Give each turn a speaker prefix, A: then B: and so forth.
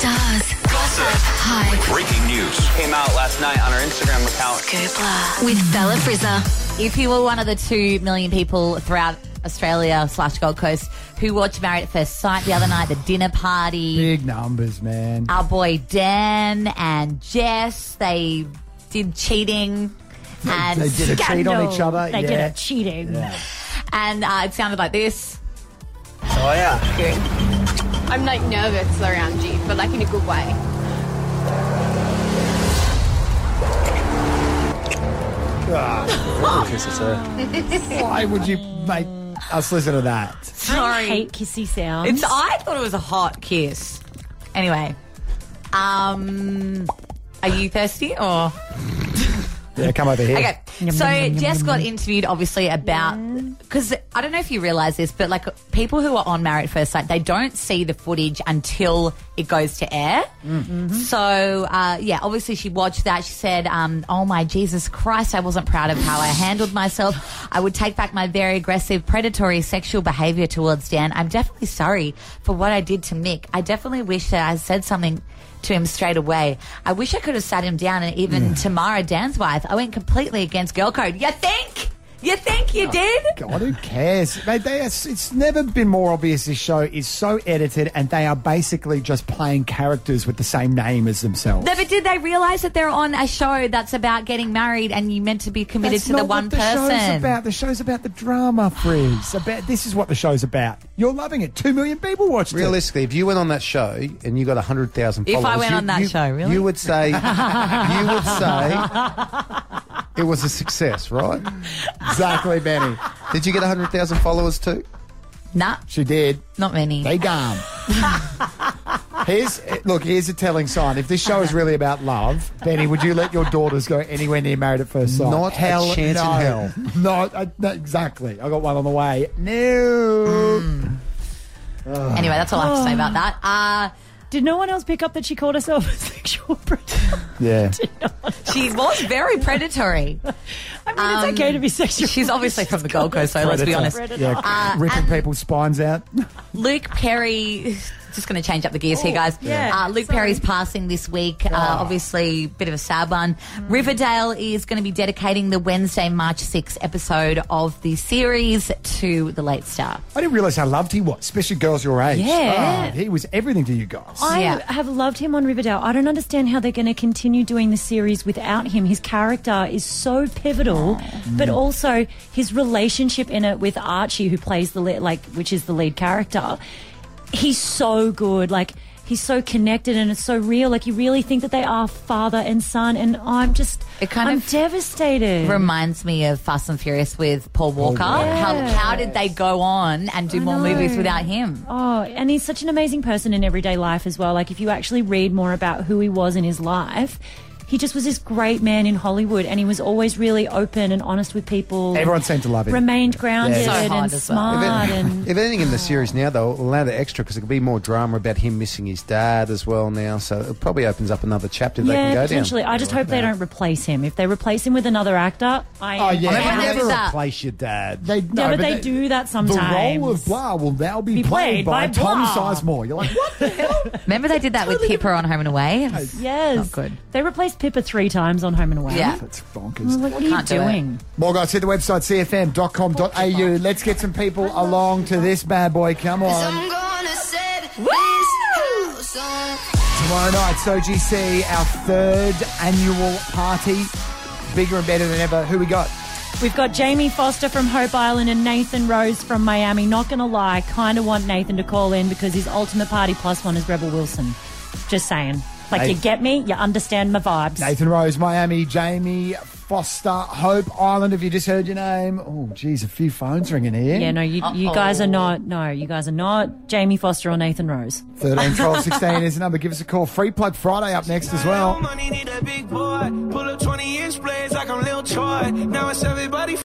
A: Stars, gossip, hype,
B: Breaking news.
C: Came out last night on our Instagram account.
A: Goopla with Bella Frizzer.
D: If you were one of the two million people throughout Australia slash Gold Coast who watched Married at First Sight the other night, the dinner party,
E: Big numbers, man.
D: our boy Dan and Jess, they did cheating. And
E: they did a cheat on
F: Scandal.
E: each other.
F: They
E: yeah.
F: did it cheating.
D: and uh, it sounded like this.
C: Oh, yeah.
G: I'm like nervous around you, but like in a good way.
E: Why would you make us listen to that?
F: I hate kissy sounds.
D: It's, I thought it was a hot kiss. Anyway, um, are you thirsty or?
E: Yeah, come over here.
D: Okay. So Jess got interviewed obviously about because I don't know if you realize this, but like people who are on Married at First Sight, they don't see the footage until it goes to air. So uh, yeah, obviously she watched that. She said, um, "Oh my Jesus Christ, I wasn't proud of how I handled myself. I would take back my very aggressive, predatory sexual behavior towards Dan. I'm definitely sorry for what I did to Mick. I definitely wish that I said something." to him straight away. I wish I could have sat him down and even Tamara Dan's wife. I went completely against girl code. You think? You think you did?
E: Oh, God, who cares? Mate, they are, it's never been more obvious this show is so edited and they are basically just playing characters with the same name as themselves.
D: No, but did they realize that they're on a show that's about getting married and you meant to be committed
E: That's
D: to
E: not
D: the one
E: what the show's
D: person?
E: about. The show's about the drama, Frizz. About this is what the show's about. You're loving it. Two million people watched it.
H: Realistically, if you went on that show and you got 100,000
D: If I
H: followers...
D: went
H: you-
D: on that
H: you-
D: show, really?
H: You would say... you would say... It was a success, right?
E: Exactly, Benny.
H: Did you get 100,000 followers too?
D: Nah,
E: She did.
D: not many.
E: They gone. here's look. Here's a telling sign. If this show is really about love, Benny, would you let your daughters go anywhere near married at first sight?
H: Not a chance in
E: no.
H: hell.
E: Not, uh, no, exactly. I got one on the way. No.
H: Mm.
D: anyway, that's all I have to say about that. Uh,
F: Did no one else pick up that she called herself a sexual predator?
E: Yeah.
D: she was very predatory.
F: I mean, it's okay to be sexual.
D: Um, She's obviously from the Gold Coast, so let's be honest.
E: Yeah.
F: Uh,
E: ripping people's spines out.
D: Luke Perry, just going to change up the gears here, guys.
F: yeah.
D: Uh, Luke
F: Sorry. Oh.
D: Perry's passing this week. Uh, obviously, bit of a sad one. Riverdale is going to be dedicating the Wednesday, March 6th episode of the series to the late star.
E: I didn't realize how loved he was, especially girls your age.
D: Yeah.
E: Oh, he was everything to you guys.
F: I
D: Yeah.
F: have loved him on Riverdale. I don't understand how they're going to continue doing the series without him. His character is so pivotal,
D: Mm.
F: but also his relationship in it with Archie, who plays the lead, like which is the lead character. He's so good. Like he's so connected and it's so real. Like you really think that they are father and son. And I'm just,
D: It kind
F: I'm
D: of
F: devastated.
D: Reminds me of Fast and Furious with Paul Walker. How, how did they go on and do more movies without him?
F: Oh, and he's such an amazing person in everyday life as well. Like, if you actually read more about who he was in his life, he just was this great man in Hollywood and he was always really open and honest with people.
E: Everyone seemed to love him.
F: Remained grounded
D: So hard as
F: and
D: well.
H: If,
F: smart. and
H: if anything in the series now, they'll allow the extra because it could be more drama about him missing his dad as well now. So it probably opens up another chapter they can
F: yeah,
H: go
F: potentially.
H: down.
F: I just hope they don't replace him. If they replace him with another actor, I.
E: Oh,
F: am-
E: yeah.
D: Never
E: Never
D: happens that.
H: Replace your dad.
E: They, no,
F: but they do that
E: The
F: sometimes.
E: role of Blah will now be,
F: Be
E: played,
F: played
E: by,
F: by
E: Tom
F: Blah.
E: Sizemore. You're like, what?
D: Remember they did that with Pippa on Home and Away? It was-
F: Yes.
D: Not good.
F: They replaced Pippa three times on Home and Away.
D: Yeah.
E: That's
F: I was
E: bonkers.
F: Like, what are you
D: Can't do it.
F: doing?
E: More guys, hit the website cfm.com.au. Let's get some people along to this bad boy. Come on.
A: I'm gonna set
D: Woo!
A: this house on
E: Tomorrow night, SoGC, our third annual party. Bigger and better than ever. Who we got?
F: We've got Jamie Foster from Hope Island and Nathan Rose from Miami. Not going to lie, kind of want Nathan to call in because his ultimate party plus one is Rebel Wilson. Just saying. Like, you get me? You understand my vibes.
E: Nathan Rose, Miami, Jamie Foster, Hope Island. Have you just heard your name? Oh, geez, a few phones ringing here.
F: Yeah, no, you, you guys are not. No, you guys are not Jamie Foster or Nathan Rose.
E: 13, 12, 16 is the number. Give us a call. Free plug Friday up next as well.
I: Money need a big boy. Pull up 20 inch blades like I'm Lil Troy. Now it's everybody